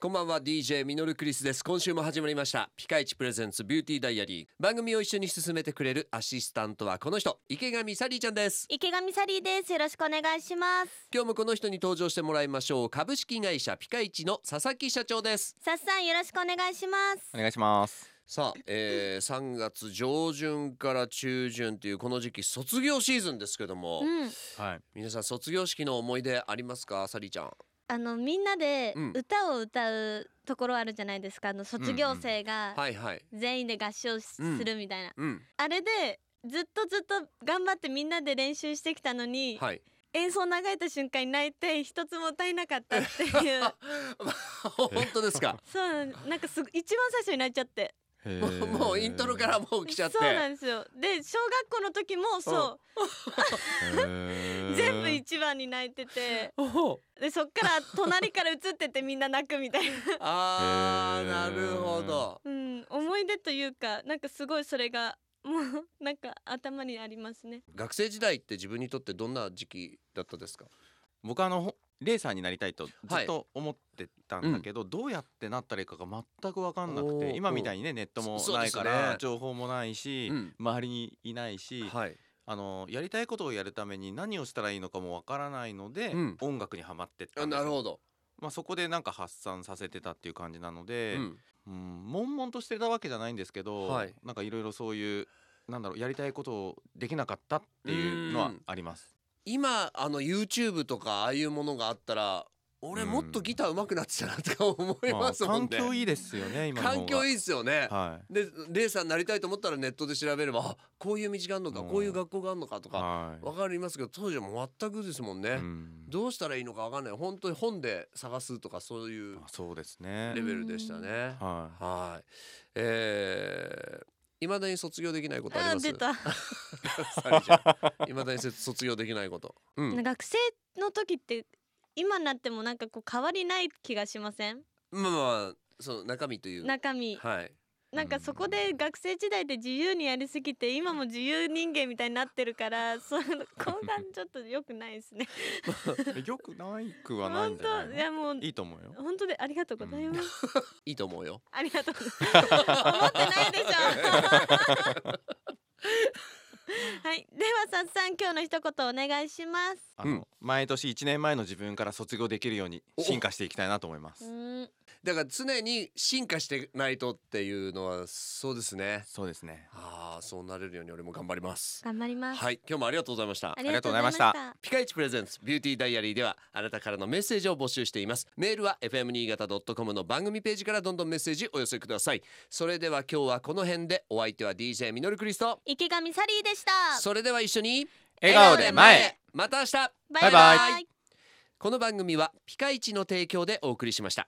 こんばんは DJ ミノルクリスです今週も始まりましたピカイチプレゼンツビューティーダイアリー番組を一緒に進めてくれるアシスタントはこの人池上サリーちゃんです池上サリーですよろしくお願いします今日もこの人に登場してもらいましょう株式会社ピカイチの佐々木社長ですさっさんよろしくお願いしますお願いします。さあ、えー、3月上旬から中旬というこの時期卒業シーズンですけども、うん、はい。皆さん卒業式の思い出ありますかサリーちゃんあのみんなでうん歌を歌うところあるじゃないですかあの卒業生がはいはい全員で合唱しうんするみたいな、うんあれでずっとずっと頑張ってみんなで練習してきたのに、はい演奏流れた瞬間に泣いて一つも歌えなかったっていう 本当ですかそうなんなんかすご一番最初に泣いちゃってもうもうイントロからもう来ちゃってそうなんですよで小学校の時もそう、全部一番に泣いてておうでそっから隣から映っててみんな泣くみたいな、あーへーなるほど うん、思い出というかなんかすごいそれがもうなんか頭にありますね。学生時代って自分にとってどんな時期だったですか僕はあのほレーサーになりたいとずはいっと思ってたんだけど、どうやってなったらいいかが全く分かんなくおてー今みたいにねネットもそそうなでいすかねら情報もないし、うん周りにいないし、はいあのやりたいことをやるために何をしたらいいのかも分からないので、うん音楽にはまってったあんでなするよほど、まあ、そこでなんか発散させてたっていう感じなのうで、ん、うん、悶々としてたわけじゃないんですけど、はいなんかいろいろそういうなんだろうやりたいことをできなかったっていうのはあります。今あの YouTube とかああいうものがあったら俺うんもっとギター上手くなってたなとか思いますもん環ね、境いいですよね今の方が環境いいですよね、はでレーサーになりたいと思ったらネットで調べればあこういう道があるのかうんこういう学校があるのかといかはいわかりますけど当時はもう全くですもんね、うんどうしたらいいのかわかんない本当に本で探すとかそういうあそうですねレベルでしたね。ははい。えー未だに卒業できないことありあまーす。出た サリーち ゃん未だにせ卒業できないこと。 うん。学生の時って今になってもなんかこう変わりない気がしませんまあまあその中身という。中身はい。なんかそこで学生時代で自由にやりすぎて今も自由人間みたいになってる からその混乱ちょっと良くないですねいよくないくはない本んじゃない当いやもういいと思うよ本当でありがとうございますいいと思うよ。ありがとう。思ってないでしょ。はい、ではさっさん今日の一言お願いしま。あの、うん毎年一年前の自分から卒業できるように進化していきたいなと思いますすうん、だから常に進化してないとっていうのはそうですね。そうですねああそうなれるように俺も頑張ります。頑張ります。はい。今日もありがとうございましたあ。りがとうございましりがたとうございまピカイチプレゼンツビューティーダイアリーではあなたからのメッセージを募集していますメールは fm 新潟 .com の番組ページからどんどんメッセージお寄せくださいそれでは今日はこの辺でお相手は DJ ミノルクリスト池上サリーでした。それでは一緒に笑顔で前へまた明日ババイバイこの番組はピカイチの提供でお送りしました